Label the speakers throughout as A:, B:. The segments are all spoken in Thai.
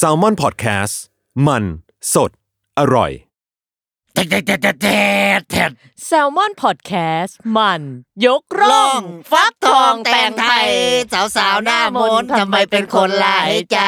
A: s a l m o n PODCAST มันสดอร่อย
B: แท็ดแท็ดแท็ดแท็ดแท็ด
C: แซลมอนพอดแคสต์มัน ยกร่อง
B: ฟักทองแต่งไทย สาวสาวๆหน้ามนต์ทำไมเป็นคนหลายใจ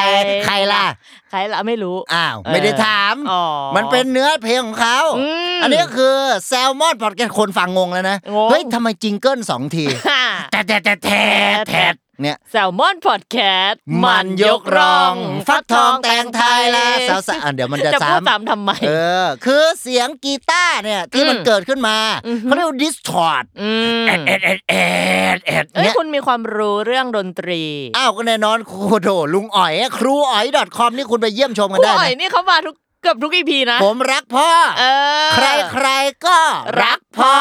B: ใครล่ะ
C: ใครล่ะไม่รู้
B: อ้าวไม่ได้ถาม
C: เอออ๋อ
B: มันเป็น เนื้อเพลงของเขา
C: อืม
B: อันนี้ก็คือแซลมอนพอดแคสต์คนฟังงงแล้วนะ
C: งง
B: เฮ้ยทำไมจิงเกิลสองที
C: ค่ะ
B: แท็ดแท็ดแท็ดแท็ดแท็ดเนี่ย
C: แซลมอนพอดแคสต์
B: มันยกรอง ฟักทองแต่งไทยล่ะสาวสาวอ่ะเดี๋ยวมันจะ
C: จะพูด
B: ซ้ำ
C: ซ้ำทำไม
B: เออ คือเสียงกีตาร์เนี่ย ที่มัน
C: อืม
B: เกิดขึ้นมา
C: อือฮึ
B: เขาเรียกว่าดิสทอร์ด
C: อืม
B: แอดแอดแอดแอดแอด
C: เอ้ย
B: เนี่ย
C: คุณมีความรู้เรื่องดนตรี
B: อ้าวก็แน่นอนครูโดลุงอ๋อยครูอ๋อย .com นี่คุณไปเยี่ยมชม
C: ค
B: กั
C: รู
B: นได้
C: อ๋อย
B: นะ
C: นี่เขามาทุกเกือบทุกอีพีนะ
B: ผมรักพ่อ
C: เออ
B: ใครๆก็รักพ่อ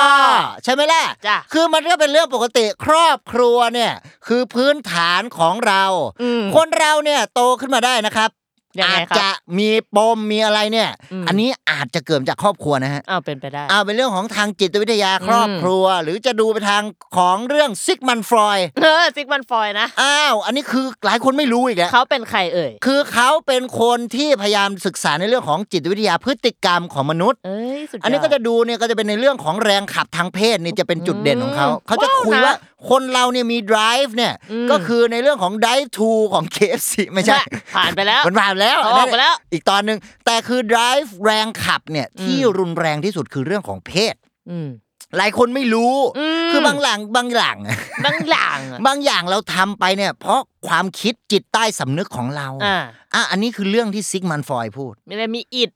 B: ใช่ไหมล่ะ
C: จ้ะ
B: คือมันก็เป็นเรื่องปกติครอบครัวเนี่ย คือพื้นฐานของเรา
C: อืม
B: คนเราเนี่ยโตขึ้นมาได้นะครับ
C: ยัง
B: อา
C: ไง
B: จ
C: ครับ
B: จะมีปมมีอะไรเนี่ย
C: อืม
B: อันนี้อาจจะเกิดจากครอบครัวนะฮะ
C: อ้าวเป็นไปได้
B: เอาเป็นเรื่องของทางจิตวิทยาครอบ
C: อืม
B: ครัว หรือจะดูไปทางของเรื่องซิกมันฟรอยด์
C: เออซิกมันฟอยนะ
B: อ้าวอันนี้คือหลายคนไม่รู้อีกแล้ว
C: เขาเป็นใครเอ่ย
B: คือเขาเป็นคนที่พยายามศึกษาในเรื่องของจิตวิทยาพฤติกรรมของมนุษย์
C: เอ้ยสุดยด
B: อันนี้ก็จะดูเนี่ยก็จะเป็นในเรื่องของแรงขับทางเพศนี่จะเป็นจุดเด่นของเขา
C: อืม
B: เขาจะคุย
C: ว้าวนะ
B: ว่าคนเราเนี่ยมี drive เนี่ย
C: อืม
B: ก็คือในเรื่องของ drive to ของ KFC ไม่ใช่
C: ผ่านไปแล้ว
B: มันผ่านแล้ว
C: ออกไปแล้ว
B: อีกตอนหนึ่งแต่คือ drive แรงขับเนี่ยที่รุนแรงที่สุดคือเรื่องของเพศ
C: อืม
B: หลายคนไม่รู้
C: อืม
B: คือบางหลังบางหลัง
C: บางอย่างอะ
B: บางอย่างเราทำไปเนี่ย เพราะความคิดจิตใต้สำนึกของเรา
C: อ่า
B: อ่ะอันนี้คือเรื่องที่ซิกมันฟรอยด์พูด
C: มีอะไรมีอิด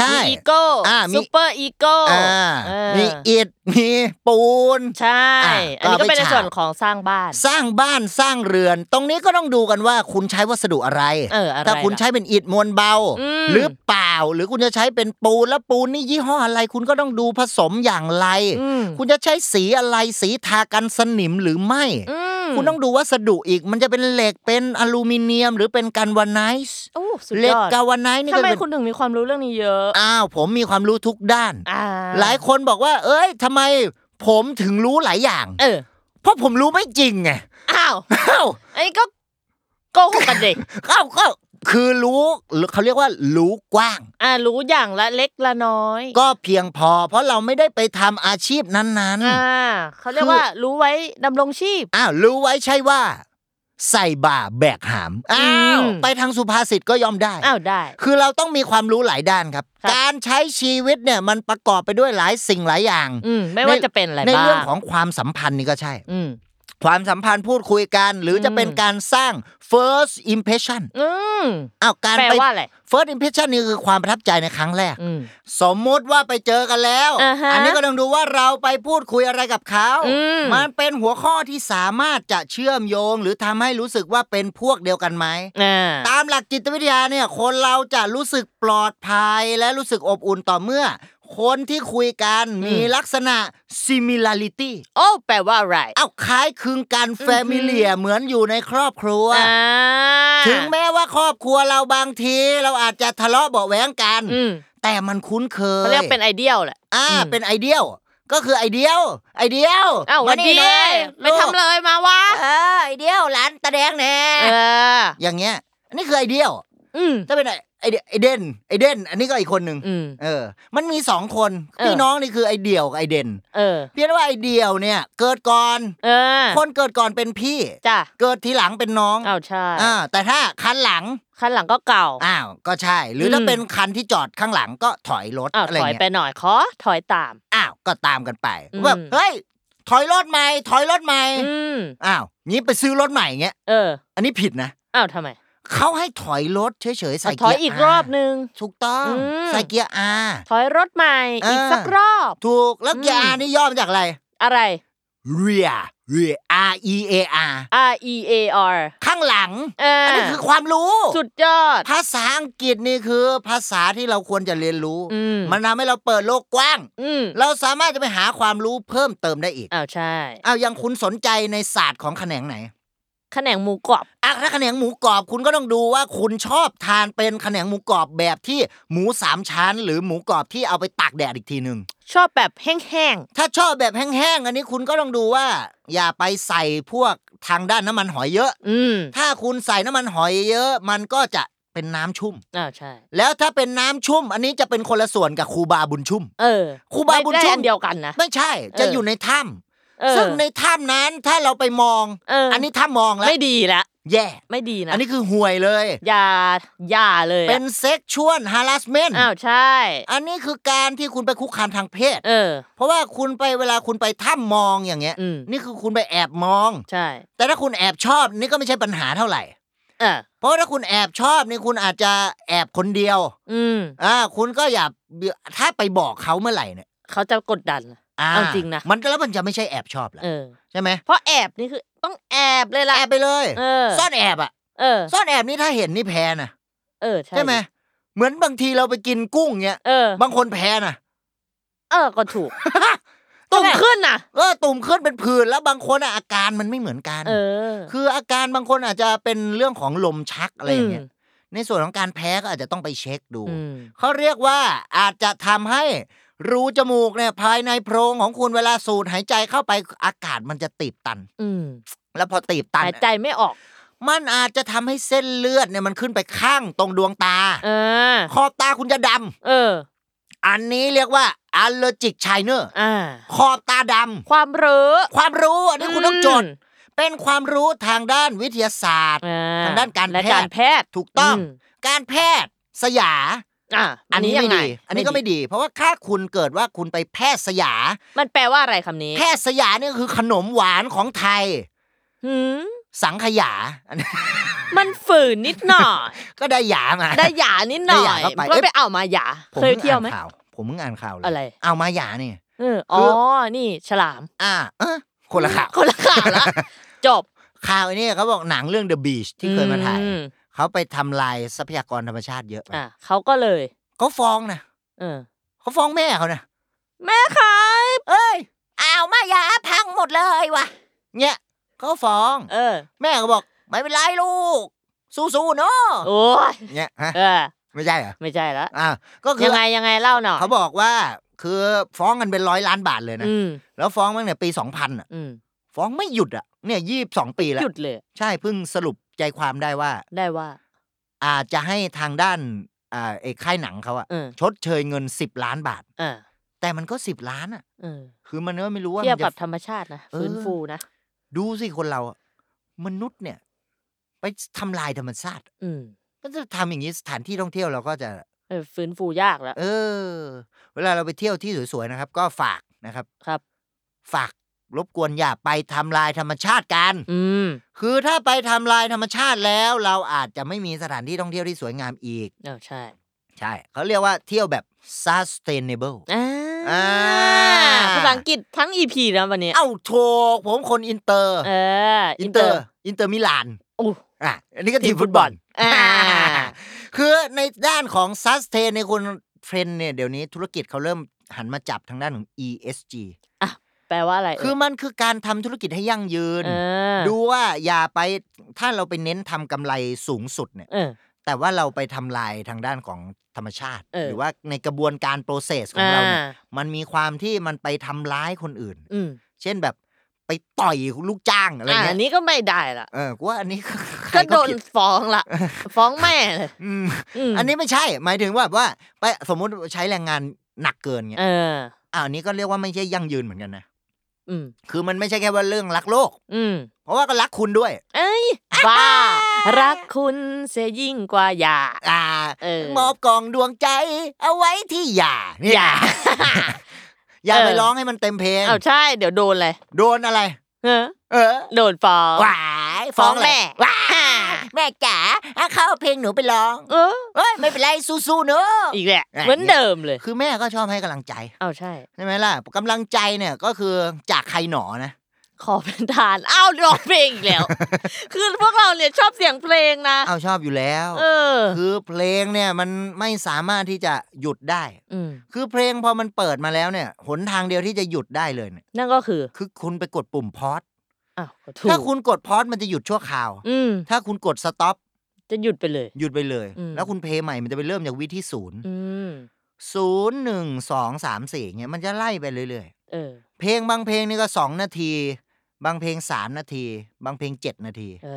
B: ใช่
C: มีอีโก้
B: อ่ามี
C: ซูเปอร์อีโก้
B: อ่า
C: เออ
B: มีอิฐมีปูน
C: ใช่
B: อ่ะ
C: อันนี้
B: ก็
C: ก็
B: เอาไป
C: เป็นใน
B: ฉาบ
C: ส่วนของสร้างบ้าน
B: สร้างบ้านสร้างเรือน ตรงนี้ก็ต้องดูกันว่าคุณใช้วัสดุอะไร
C: เอออะไร
B: ถ้าคุณ
C: ล่ะ
B: ใช้เป็นอิฐมวลเบา
C: อืม
B: หรือเปล่า หรือคุณจะใช้เป็นปูนแล้วปูนนี่ยี่ห้ออะไร คุณก็ต้องดูผสมอย่างไร
C: อืม
B: คุณจะใช้สีอะไรสีทากันสนิมหรือไม่
C: อืม
B: คุณต้องดูวัสดุอีก มันจะเป็นเหล็กเป็นอลูมิเนียม หรือเป็นกันวานไนซ์
C: โอ้สุด
B: เหล็
C: ย
B: ก
C: อด
B: กันวานไนซ์นี่
C: ทำ
B: ก็
C: ไม
B: เป็น
C: คุณถึงมีความรู้เรื่องนี้เยอะ
B: อ้าวผมมีความรู้ทุกด้าน
C: อ่า
B: หลายคนบอกว่า เอ้ยทำไมผมถึงรู้หลายอย่าง
C: เออ
B: เพราะผมรู้ไม่จริงไง
C: อ้าว
B: อ้าว
C: ไอ้ก็โกหกกันเด็ก
B: อ้าวก็คือรู้หรือเขาเรียกว่ารู้กว้าง
C: อ่ารู้อย่างละเล็กละน้อย
B: ก็เพียงพอ เพราะเราไม่ได้ไปทำอาชีพนั้น
C: อ่าเขาเรียกว่ารู้ไว้ดำรงชีพ
B: ๆอ้าวรู้ไว้ใช่ว่า ใส่บ่าแบกหามอ้าว
C: อืม
B: ไปทางสุภาษิตก็ยอมได้
C: อ้าวได้
B: คือเราต้องมีความรู้หลายด้านครับ
C: ครับ
B: การใช้ชีวิตเนี่ยมันประกอบไปด้วยหลายสิ่งหลายอย่าง
C: อืมไม่ว่าจะเป็นอะไร
B: ใน
C: บ้าง
B: เรื่องของความสัมพันธ์นี่ก็ใช่
C: อืม
B: ความสัมพันธ์พูดคุยกัน หรืออ
C: ม
B: จะเป็นการสร้าง first impression
C: อืม
B: อ้าวการ
C: แปล
B: ไป
C: ว่าอะไร
B: first impression นี่คือความประทับใจในครั้งแรก
C: อืม
B: สมมุติว่าไปเจอกันแล้ว
C: อ่าฮะ
B: อันนี้ก็ต้องดูว่าเราไปพูดคุยอะไรกับเขา
C: อืม
B: มันเป็นหัวข้อที่สามารถจะเชื่อมโยง หรือทำให้รู้สึกว่าเป็นพวกเดียวกันไหม
C: อ่า
B: ตามหลักจิตวิทยาเนี่ย คนเราจะรู้สึกปลอดภัยและรู้สึกอบอุ่นต่อเมื่อ คนที่คุยกันมีลักษณะ similarity
C: โอ้แปลว่าอะไร
B: เอ้าคล้ายคลึงกันแฟมิเลียเหมือนอยู่ในครอบครัว
C: อ่า
B: ถึงแม้ว่าครอบครัวเราบางที เราอาจจะทะเลาะเบาะแหวงกัน
C: อืม
B: แต่มันคุ้นเคย
C: เขาเรียกเป็นไอเดียลแหละ
B: อ่า
C: อืม
B: เป็นไอเดียลก็คือไอเดียลไอเดียล
C: อ้าววันดี
B: ห
C: เล
B: น่อย
C: ไป
B: ลูก
C: ทำเลยมาวะ
B: เออไอเดียลร้านตะแดงแน่
C: เออ
B: อย่างเงี้ยอันนี้คือไอเดียล
C: อืม
B: ถ้าเป็นไอไอเดไอเดนไอเดน อันนี้ก็อีกคนหนึ่ง
C: อืม
B: เออ มันมีสองคน
C: เออ
B: พี่น้องนี่คือไอเดียวกับไอเดน
C: เออ
B: เพียงแต่ว่าไอเดียวเนี่ย เกิดก่อน
C: เออ
B: คนเกิดก่อนเป็นพี่
C: จ้ะ
B: เกิดทีหลังเป็นน้อง
C: อ้าวใช่
B: อ่าแต่ถ้าคันหลัง
C: คันหลังก็เก่า
B: อ้าวก็ใช่ หรืออ
C: ม
B: ถ้าเป็นคันที่จอดข้างหลังก็ถอยรถ
C: อ้าว
B: อะไร
C: ถอยไป
B: เงี้ย
C: หน่อยขอถอยตาม
B: อ้าวก็ตามกันไป
C: อืม
B: แบบเฮ้ยถอยรถใหม่ถอยรถใหม่
C: อืม
B: อ้าวนี้ไปซื้อรถใหม่เงี้ย
C: เออ
B: อันนี้ผิดนะ
C: อ้าวทำไม
B: เขาให้ถอยรถเฉยๆใส่
C: อ่ะ
B: เกียร์
C: ถอยอีก
B: R
C: รอบนึง
B: ถูกต้อง
C: อืม
B: ใส่เกียร์ R
C: ถอยรถใหม่อีกสักรอบ
B: ถูกแล้ว
C: อืม
B: ยานี่ย่อมาจากอะไร
C: อะไร
B: เรียเรีย R E A R
C: R E A R
B: ข้างหลัง
C: เออ
B: อันนี้คือความรู้
C: สุดยอด
B: ภาษาอังกฤษนี่คือภาษาที่เราควรจะเรียนรู้
C: อืม
B: มันทำให้เราเปิดโลกกว้าง
C: อืม
B: เราสามารถจะไปหาความรู้เพิ่มเติมได้อีก
C: อ้าวใช่
B: เอายังคุณสนใจในศาสตร์ของแขนงไหน
C: แขนงหมูกรอบ
B: อ่ะถ้าแขนงหมูกรอบคุณก็ต้องดูว่าคุณชอบทานเป็นแขนงหมูกรอบแบบที่หมูสามชั้น หรือหมูกรอบที่เอาไปตากแดดอีกทีหนึ่ง
C: ชอบแบบแห้ง
B: ถ้าชอบแบบแห้งๆ อันนี้คุณก็ต้องดูว่า อย่าไปใส่พวกทางด้านน้ำมันหอยเยอะ
C: ๆอืม
B: ถ้าคุณใส่น้ำมันหอยเยอะ มันก็จะเป็นน้ำชุ่ม
C: อ้าวใช่
B: แล้วถ้าเป็นน้ำชุ่ม อันนี้จะเป็นคนละส่วนกับครูบาบุญชุ่ม
C: เออ
B: ครูบาบุญ
C: ไม่
B: ชุ่ม
C: ได้อันเดียวกันนะ
B: ไม่ใช่ จะ
C: เออ
B: อ
C: อ
B: ยู่ในถ้
C: เอ
B: ำ
C: อ
B: ซึ่งในถ้ำนั้นถ้าเราไปมอง
C: เอออั
B: อันนี้ถ้ำมองแล้ว
C: ไม่ดีละ
B: แย่
C: ไม่ดีนะ
B: อันนี้คือห่วยเลย
C: อย่าอย่าเลยอะ
B: เป็นเซ็กชวลฮาร์ s เมน
C: อ้าวใช่
B: อันนี้คือการที่คุณไปคุกคามทางเพศ
C: เออ
B: เพราะว่าคุณไปเวลาคุณไปถ้ำมองอย่างเงี้ย
C: อืม
B: นี่คือคุณไปแอบมอง
C: ใช่
B: แต่ถ้าคุณแอบชอบนี่ก็ไม่ใช่ปัญหาเท่าไหร่
C: เออ
B: เพราะถ้าคุณแอบชอบนี่คุณอาจจะแอบคนเดียว
C: อืม
B: อ่าคุณก็อย่าถ้าไปบอกเขาเมื่อไหร่เนี่ย
C: เขาจะกดดัน
B: อ่า
C: เอาจริงนะ
B: มันก็แล้วมันจะไม่ใช่แอบชอบแล้ว
C: เออ
B: ใช่ไหม
C: เพราะแอบนี่คือต้องแอบเลยล่ะ
B: แอบไปเลย
C: เออ
B: ซ่อนแอบอ่ะ
C: เออ
B: ซ่อนแอบนี่ถ้าเห็นนี่แพ้นะ
C: เออ ใช่
B: ใช่ไหมเหมือนบางทีเราไปกินกุ้งเนี้ย
C: เออ
B: บางคนแพ้ นะ
C: เออ ก็ถูก ตุ่มขึ้นน่ะ
B: เออตุ่มขึ้นเป็นผื่นแล้วบางคนอะอาการมันไม่เหมือนกัน
C: เออ
B: คืออาการบางคนอาจจะเป็นเรื่องของลมชักอะไรอย่างเงี้ย
C: ม
B: ในส่วนของการแพ้ก็อาจจะต้องไปเช็คดู
C: อืม
B: เขาเรียกว่าอาจจะทำให้รูจมูกเนี่ยภายในโพรงของคุณเวลาสูดหายใจเข้าไปอากาศมันจะตีบตัน
C: อืม
B: แล้วพอตีบตัน
C: หายใจไม่ออก
B: มันอาจจะทำให้เส้นเลือดเนี่ยมันขึ้นไปข้างตรงดวงตา
C: เออ
B: ขอบตาคุณจะดำ
C: เออ
B: อันนี้เรียกว่า allergic shiner
C: อ่า
B: ขอบตาดำ
C: ความรู้
B: ความรู้อันนี้คุณต้องจด
C: ม
B: เป็นความรู้ทางด้านวิทยาศาสตร์
C: อ่
B: ทางด้านการ
C: และ
B: แพ
C: กา
B: ทย์
C: รแพทย์
B: ถูกต้อง
C: ม
B: การแพทย์สยา
C: อ่ะ
B: อันนี้ไม่
C: ยังง
B: ดีอันนี้ก็ไม่ดี เพราะว่าถ้าคุณเกิดว่าคุณไปแพทย์สยา
C: มันแปลว่าอะไรคำนี้
B: แพทย์สยาเนี่ยคือขนมหวานของไทย
C: หืม
B: สังขยา อันนี้
C: มันฝืนนิดหน่อย
B: ก็ได้หยามา
C: ได้หยานิดหน่อ
B: ได้หยาย เข้าไป
C: ก็
B: เอ๊ะ
C: ไปเอามาหยา
B: ผม
C: เคย
B: เพิ่ง
C: เที่ยว
B: อ่าน
C: ไหม
B: ข่าวผมเพิ่งอ่านข่าวเลย
C: อะไร
B: เอามาหยาเนี่ย
C: เอออ๋อ
B: คือ
C: นี่ฉลาม
B: อ่าเออคนละข่าว
C: คนละข่าว ละจบ
B: ข่าวไอ้นี่เขาบอกหนังเรื่อง The Beach ที่เคยมาถ่าย
C: อืม
B: เขาไปทำลายทรัพยากรธรรมชาติเยอะไป
C: อ่ะเขาก็เลย
B: เขาฟ้องนะ
C: เออ
B: เขาฟ้องแม่เขานะ
C: แม่ขาย
B: เอ้ยอ้าวมาหยาพังหมดเลยว่ะเนี่ยเขาฟ้อง
C: เออ
B: แม่ก็บอกไม่เป็นไรลูก สู้ๆเนาะ
C: โอ้ย
B: เนี่ยฮะ
C: เออ
B: ไม่ใช่เหรอ
C: ไม่ใช่ละ
B: อ่าก็คือ
C: ยังไงยังไงเล่าหน่อย
B: เขาบอกว่าคือฟ้องกันเป็นร้อยล้านบาทเลยนะ
C: อืม
B: แล้วฟ้องตั้งแต่ปี 2000อ่ะ
C: อืม
B: ฟ้องไม่หยุดอ่ะเนี่ยยี่สองปีแล้ว
C: หยุดเลย
B: ใช่เพิ่งสรุปใจความได้ว่า
C: ได้ว่า
B: อาจจะให้ทางด้านอ่าไอ้ค่ายหนังเขาอ่ะ
C: เออ
B: ชดเชยเงิน 10 ล้านบาท
C: เออ
B: แต่มันก็ 10 ล้านอ่ะ
C: เออ
B: คือมันก็ไม่รู้ว่า
C: เทียบ
B: มัน
C: กับ
B: จะ
C: ธรรมชาตินะ
B: เออ
C: ฟื้นฟูนะ
B: ดูสิคนเราอะมนุษย์เนี่ย ไปทำลายธรรมชาติ
C: อืม
B: ก็จะทำอย่างนี้สถานที่ท่องเที่ยวเราก็จะ
C: เออฟื้นฟูยากแล้ว
B: เออ เวลาเราไปเที่ยวที่สวยๆนะครับ ก็ฝากนะครับ
C: ครับ
B: ฝากรบกวนอย่าไปทำลายธรรมชาติกัน
C: อืม
B: คือถ้าไปทำลายธรรมชาติแล้ว เราอาจจะไม่มีสถานที่ท่องเที่ยวที่สวยงามอีก
C: เออใช่
B: ใช่ เขาเรียกว่าเที่ยวแบบ sustainable
C: อ่า
B: อ่า
C: ภาษาอังกฤษทั้งอีพีแล้ววันนี้
B: เอ้าโถกผมคนอินเตอร์
C: เออ
B: อิ
C: อิ
B: นเตอร์ อินเตอร์มิลาน
C: โอ้
B: อ่ะ อันนี้ก็ทีมฟุตบอล
C: อ่า
B: คือในด้านของ sustain ในยคุณเทรนด์เนี่ยเดี๋ยวนี้ธุรกิจเขาเริ่มหันมาจับทางด้านของ ESG
C: แปลว่าอะไรเย
B: คือมันคือการทำธุรกิจให้ยั่งยืน
C: เออ
B: ดูว่าอย่าไปถ้าเราไปเน้นทำกำไรสูงสุดเนี่ย
C: เออ
B: แต่ว่าเราไปทำลายทางด้านของธรรมชาติ
C: เออ
B: หรือว่าในกระบวนการโปรเซสของเราเนี่ยมันมีความที่มันไปทำร้ายคนอื่น
C: อืม
B: เช่นแบบไปต่อยลูกจ้างอะไร
C: อ่า
B: เงี้
C: อั
B: ย
C: นนี้ก็ไม่ได้ละ
B: เออกูว่าอันนี้ ใคร
C: ก็โดน
B: ผิด
C: ฟ้อง ละฟ้องแม่เลย
B: อืม
C: ม
B: อันนี้ไม่ใช่ หมายถึงว่าว่าไปสมมุติใช้แรงงานหนักเกินเงี้ย
C: เออ
B: อ่าอันนี้ก็เรียกว่าไม่ใช่ยั่งยืนเหมือนกันนะ
C: อืม
B: คือมันไม่ใช่แค่ว่าเรื่องรักโลก
C: อืม
B: เพราะว่าก็รักคุณด้วย
C: เอ้ยบ้า รักคุณเสียยิ่งกว่าหยา
B: อ่า
C: เออ
B: มอบกล่องดวงใจ เอาไว้ที่หย่าเนี่ย
C: หย่า
B: อย่า
C: เออ
B: ไปร้องให้มันเต็มเพลง
C: เอาใช่ เดี๋ยวโดนเลย
B: โดนอะไร
C: เออ
B: เออ
C: โดนฟ้อง
B: หวาย
C: ฟ้อง
B: ะไร
C: แม่
B: หว้ายแม่จ๋าอ่ะเข้าเอาเพลงหนูไปร้อง
C: เออ
B: เอ้ยไม่เป็นไรสู้ๆเนอะ
C: อีกแหละ
B: อ่ะ
C: เหมือนเดิมเลย
B: คือแม่ก็ชอบให้กำลังใจ
C: เอาใช่
B: ใช่ไหมล่ะกำลังใจเนี่ยก็คือจากใครหนอนะ
C: ขอเป็นทานอ้าวร้องเพลงอีก แล้ว คือพวกเราเนี่ยชอบเสียงเพลงนะ
B: เอาชอบอยู่แล้ว
C: เออ
B: คือเพลงเนี่ยมันไม่สามารถที่จะหยุดได้
C: อืม
B: คือเพลงพอมันเปิดมาแล้วเนี่ยหนทางเดียวที่จะหยุดได้เลยเนี่ย
C: นั่นก็คือ
B: คือคุณไปกดปุ่มพอด
C: อ้าวก็ถูก
B: ถ้าคุณกดพอดมันจะหยุดชั่วคราว
C: อืม
B: ถ้าคุณกดสต็อป
C: จะหยุดไปเลย
B: หยุดไปเลย
C: อืม
B: แล้วคุณเพลงใหม่มันจะไปเริ่มจากวิธีศูนย์
C: อืม
B: ศูนย์หนึ่งสองสามสี่เนี่ยมันจะไล่ไปเรื่อย
C: เออ
B: ๆ เพลงบางเพลงนี่ก็สองนาที บางเพลงสามนาที บางเพลงเจ็ดนาที
C: เอ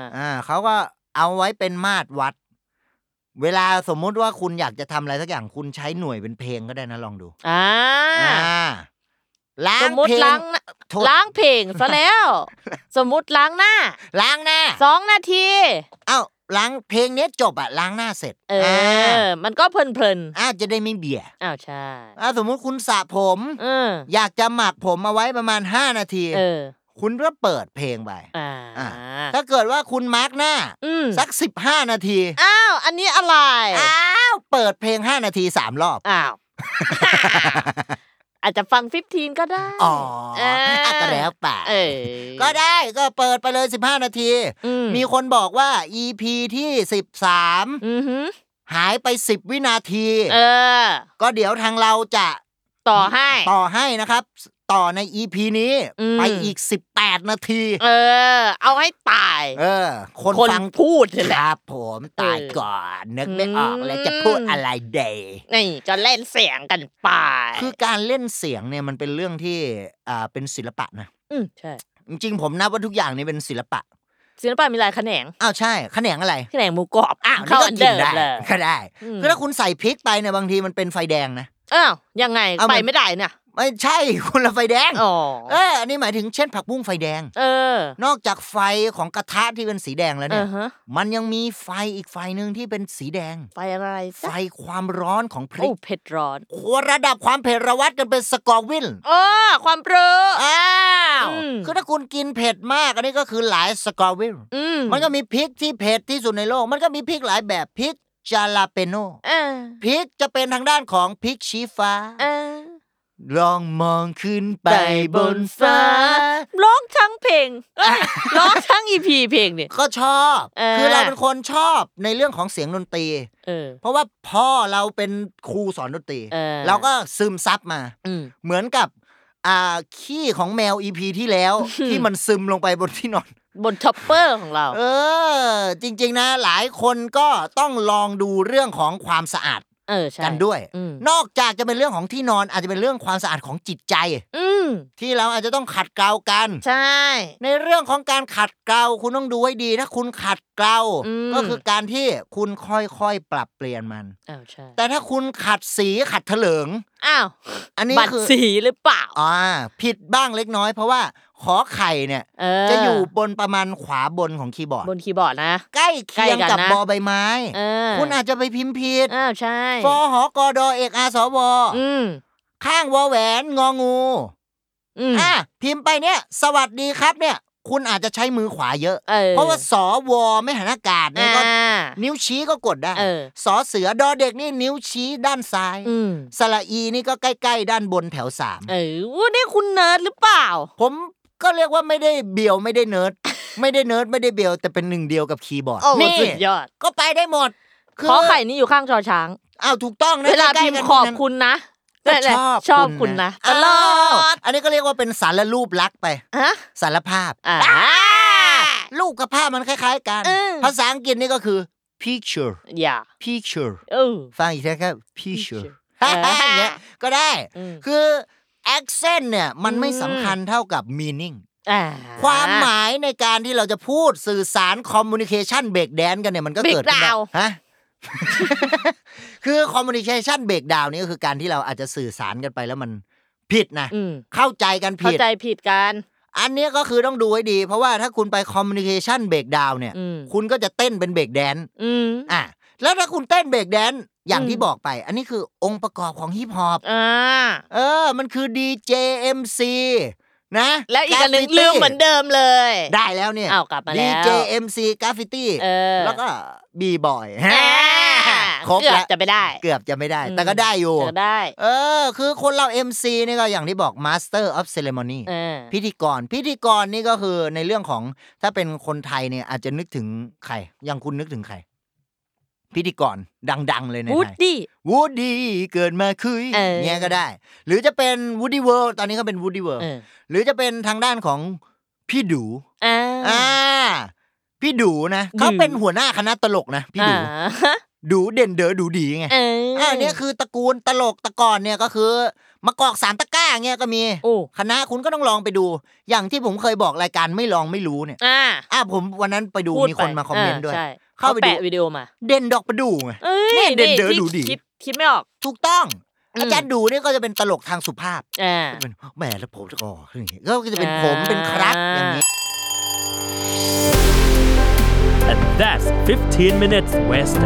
C: อ
B: อ่าเขาก็เอาไว้เป็นมาตรวัด เวลาสมมุติว่าคุณอยากจะทำอะไรสักอย่างคุณใช้หน่วยเป็นเพลงก็ได้นะลองดู
C: อ่า
B: ล้า
C: ส
B: ง
C: มมติ
B: เพล
C: ล้าง งหน้า
B: โทษ
C: ล้างเพลงซะแล้ว สมมติล้างหน้า
B: ล้างหน้า
C: สองนาที
B: เอ้าล้างเพลงเนี้ยจบอะล้างหน้าเสร็จ
C: เออ มันก็เพลิน
B: อ่าจะได้ไม่เบียด
C: ๆอ้าวใช่
B: อ่าสมมุติคุณสระผม
C: เออ
B: อยากจะหมักผมเอาไว้ประมาณ 5 นาที
C: เออ
B: คุณก็เปิดเพลงไป
C: อ่า
B: อ่ะ ถ้าเกิดว่าคุณมาร์กหน้า
C: อืม
B: สัก 15 นาที
C: อ้าว อันนี้อะไร
B: อ้าวเปิดเพลง 5 นาที 3 รอบ
C: อ้าว อาจจะฟัง 15 ก็ได้
B: อ๋อ
C: เ
B: อ่ะก็แล้วแต่
C: เออ
B: ก็ได้ก็เปิดไปเลย 15 นาที
C: อื
B: มีคนบอกว่า EP ที่ 13
C: อือหือ
B: หายไป 10 วินาที
C: เออ
B: ก็เดี๋ยวทางเราจะ
C: ต่อให้
B: ต่อให้นะครับ ต่อใน EP นี้
C: อืม
B: ไปอีก 18 นาที
C: เออ เอาให้ตาย
B: เออ คน
C: คน
B: ฟัง
C: พูดเนี่ยแห
B: ค
C: ละ
B: รับผมตายก่อนนึกไม่ออกแล้วจะพูดอะไรเดย์
C: นี่จะเล่นเสียงกันไป
B: คือการเล่นเสียงเนี่ยมันเป็นเรื่องที่อ่าเป็นศิลปะนะ
C: อืมใช่
B: จริงๆผมนับว่าทุกอย่างนี่เป็นศิลปะ
C: ศิลปะมีหลายแขนง
B: อ้าวใช่แขนงอะไร
C: แขนงหมูกรอบ
B: อ้าวนี่
C: เข้า
B: ก็
C: อัน
B: กิ
C: เดิ
B: น
C: ม
B: ได้
C: เลย
B: ก็ได้
C: ม
B: คือถ้าคุณใส่พริกไปเนี่ยบางทีมันเป็นไฟแดงนะ
C: อ้าวยังไง
B: เอามัน
C: ไปไม่ได้เนี่ย
B: ไม่ใช่ คุณละไฟแดง
C: อ๋อ
B: เอออันนี้หมายถึงเช่นผักบุ้งไฟแดง
C: เออน
B: อกจากไฟของกระทะที่เป็นสีแดงแล้ว
C: เอ
B: เนี่ย
C: อฮะ
B: มันยังมีไฟอีกไฟหนึ่งที่เป็นสีแดง
C: ไปอะไร
B: ไฟ
C: จ๊ะ
B: ความร้อนของพริ
C: โอ้
B: ก
C: เผ็ดร้อน
B: ควรระดับความเผ็ดระวัดกันเป็นสกอร์วิน
C: เออความเปรอ
B: อ้าว
C: อืม
B: คือถ้าคุณกินเผ็ดมากอันนี้ก็คือหลายสกอร์วิน
C: อืม
B: มันก็มีพริกที่เผ็ดที่สุดในโลก มันก็มีพริกหลายแบบพริกจาลาเปโน
C: เออ
B: พริกจะเป็นทางด้านของพริกชี้ฟ้า
C: เออ
B: ลองมองขึ้นไปบบ น
C: น
B: ฟ้า
C: ฟ้า ร้องทั้งเพลงเอ้ยร้องทั้งอีพีเพลงเนี่ย
B: ก็ชอบ
C: เออ
B: คือเราเป็นคนชอบในเรื่องของเสียงดนตรี
C: เออ
B: เพราะว่าพ่อเราเป็นครูสอนดนตรี
C: เออ
B: เราก็ซึมซับมา
C: อืม
B: เหมือนกับอ่าขี้ของแมวอีพีที่ แล้ว ที่มันซึมลงไปบนที่นอน
C: บนช็อปเปอร์ของเรา
B: เออ จริงๆนะ หลายคนก็ต้องลองดูเรื่องของความสะอาด
C: เออใช่
B: กันด้วย
C: อืม
B: นอกจากจะเป็นเรื่องของที่นอนอาจจะเป็นเรื่องความสะอาดของจิตใจ
C: อืม
B: ที่เราอาจจะต้องขัดเกลากัน
C: ใช่
B: ในเรื่องของการขัดเกลาคุณต้องดูให้ดี ถ้าคุณขัดเกลา
C: อืม
B: ก็คือการที่คุณค่อยๆ ปรับเปลี่ยนมัน
C: อ้าวใช่
B: แต่ถ้าคุณขัดสีขัดเถลิง
C: อ้าว
B: อันนี้
C: บัตร
B: คือ
C: สีหรือเปล่า
B: อ่าผิดบ้างเล็กน้อย เพราะว่าขอไข่เนี่ย
C: เออ
B: จะอยู่บนประมาณขวาบนของคีย์บอร์ด
C: บนคีย์บอร์ดนะ
B: ใกล้เคียงกับ
C: ใกล้กันนะ
B: บอใบไม้
C: เออ
B: คุณอาจจะไปพิมพ์ผิด
C: อ้าวใช่
B: ฟอหอกอดอเอกอาสว
C: อืม
B: ข้างวอแหวนงองู
C: อืม
B: อ่ะพิมพ์ไปเนี่ย สวัสดีครับเนี่ย คุณอาจจะใช้มือขวาเยอะ
C: เออ
B: เพราะว่าสอวอไม่หันอากาศเนี่ยก็
C: อ่า
B: นิ้วชี้ก็กดได้
C: เออ
B: สอเสือดอเด็กนี่นิ้วชี้ด้านซ้าย
C: อืม
B: สระอีนี่ก็ใกล้ ๆ ด้านบนแถวสาม
C: เออวู้นี่คุณเนิร์ดหรือเปล่า
B: ผมก็เรียกว่าไม่ได้เบียวไม่ได้เนิร์ด ไม่ได้เนิร์ดไม่ได้เบียวแต่เป็นหนึ่งเดียวกับคีย์บอร์ด
C: โอ้
B: นี่
C: สุดยอด
B: ก็ไปได้หมด
C: ขอไข่นี่อยู่ข้างชอช้าง
B: อ้าวถูกต้องนะ
C: เวลา
B: ใก
C: พิ
B: ๆ
C: ม
B: กั
C: พ์
B: น
C: ขอบ
B: นั้น
C: คุณนะ
B: ก็
C: นั่นแหละ
B: ชอบ
C: ชอบคุณนะต
B: อ้าว
C: ลอด
B: อันนี้ก็เรียกว่าเป็นสารรูปลักษณ์ไป
C: ฮะ
B: สารภาพ
C: อ่า
B: รูปกับภาพมันคล้าย ๆ กัน
C: เออ
B: ภาษาอังกฤษนี่ก็คือ picture
C: อย่า
B: picture
C: เออ
B: ฟังอีกทีครับ picture
C: เออ
B: อย่างเงี้ยก็ได้
C: อืม
B: คือ accent เนี่ยมันไม่
C: อืม
B: สำคัญเท่ากับ meaning
C: อ่า
B: ความหมายในการที่เราจะพูดสื่อสาร communication break dance กันเนี่ยมันก็เกิดขึ้นได้ฮะ คือ communication break down นี่ก็คือการที่เราอาจจะสื่อสารกันไปแล้วมันผิดนะ
C: อืม
B: เข้าใจกัน
C: เข้า
B: ผิด
C: ใจผิดกัน
B: อันเนี้ยก็คือต้องดูให้ดี เพราะว่าถ้าคุณไป communication break down เนี่ย
C: อืม
B: คุณก็จะเต้นเป็น break dance
C: อืม
B: อ่ะแล้วถ้าคุณเต้นเบรกแดนซ์อย่าง
C: อืม
B: ที่บอกไป อันนี้คือองค์ประกอบของฮิปฮอป
C: อ่า
B: เออ มันคือ DJMC นะ
C: แล้วอีกอันหนึ่งลืมเหมือนเดิมเลย
B: ได้แล้วเนี่ย
C: อ้าวกลับมาแล้ว
B: DJMC กราฟฟิตี้
C: เออ
B: แล้วก็บีบอย
C: อ่า
B: ครบ
C: เกือบ
B: ละ
C: จะไปได้
B: เกือบจะไม่ได้
C: อืม
B: แต่ก็ได้อยู่
C: เกือบได้
B: เออ คือคนเรา MC นี่ก็อย่างที่บอก Master of Ceremony
C: เออ
B: พิธีกร พิธีกรนี่ก็คือในเรื่องของถ้าเป็นคนไทยเนี่ยอาจจะนึกถึงใครอย่างคุณนึกถึงใคร พิธีกรดัง ๆ เลยใน
C: วูด
B: ไทย
C: ดี้
B: วูดดี้เกิดมาคุย
C: เออ
B: เงี้ยก็ได้ หรือจะเป็นวูดดี้เวิร์ตอนนี้ก็เป็นวูดดี้เวิร์
C: เออ
B: หรือจะเป็นทางด้านของพี่ดู
C: อ่า
B: อ่าพี่ดูนะเขา
C: ดู
B: เป็นหัวหน้าคณะตลกนะพี่ดู
C: อ่า
B: ดูเด่นเดอดูดีไง
C: เออ
B: อ่าเนี่ยคือตระกูลตลกตะกอนเนี่ยก็คือมะกอกสามตะกร้าเงี้ยก็มี
C: โอ้
B: คณะคุณก็ต้องลองไปดู อย่างที่ผมเคยบอกรายการไม่ลองไม่รู้เนี่ย
C: อ่า
B: อ่าผมวันนั้นไปดู
C: พูด
B: มี
C: ไป
B: คนมาคอมเมนต์ด้วย
C: ใช่
B: เข้า
C: เข้า
B: ไป
C: ไป
B: ดู
C: แปะวิดีโอมา
B: เด่นดอกประดู่ไง
C: เอ้
B: เนี่ย
C: ย
B: เดินเดิน
C: ที่
B: ดูดิ
C: คิดคิดไม่ออก
B: ถูกต้อง
C: อืม
B: อาจารย์ดูเนี่ยก็จะเป็นตลกทางสุภาพ
C: อ่า
B: เป็นแหมแล้วผมจะก่อขึ้นอย่างเงี้ยก็จะเป็น
C: อ่า
B: ผมเป็นครับอย่างนี้
D: And that's 15 minutes west.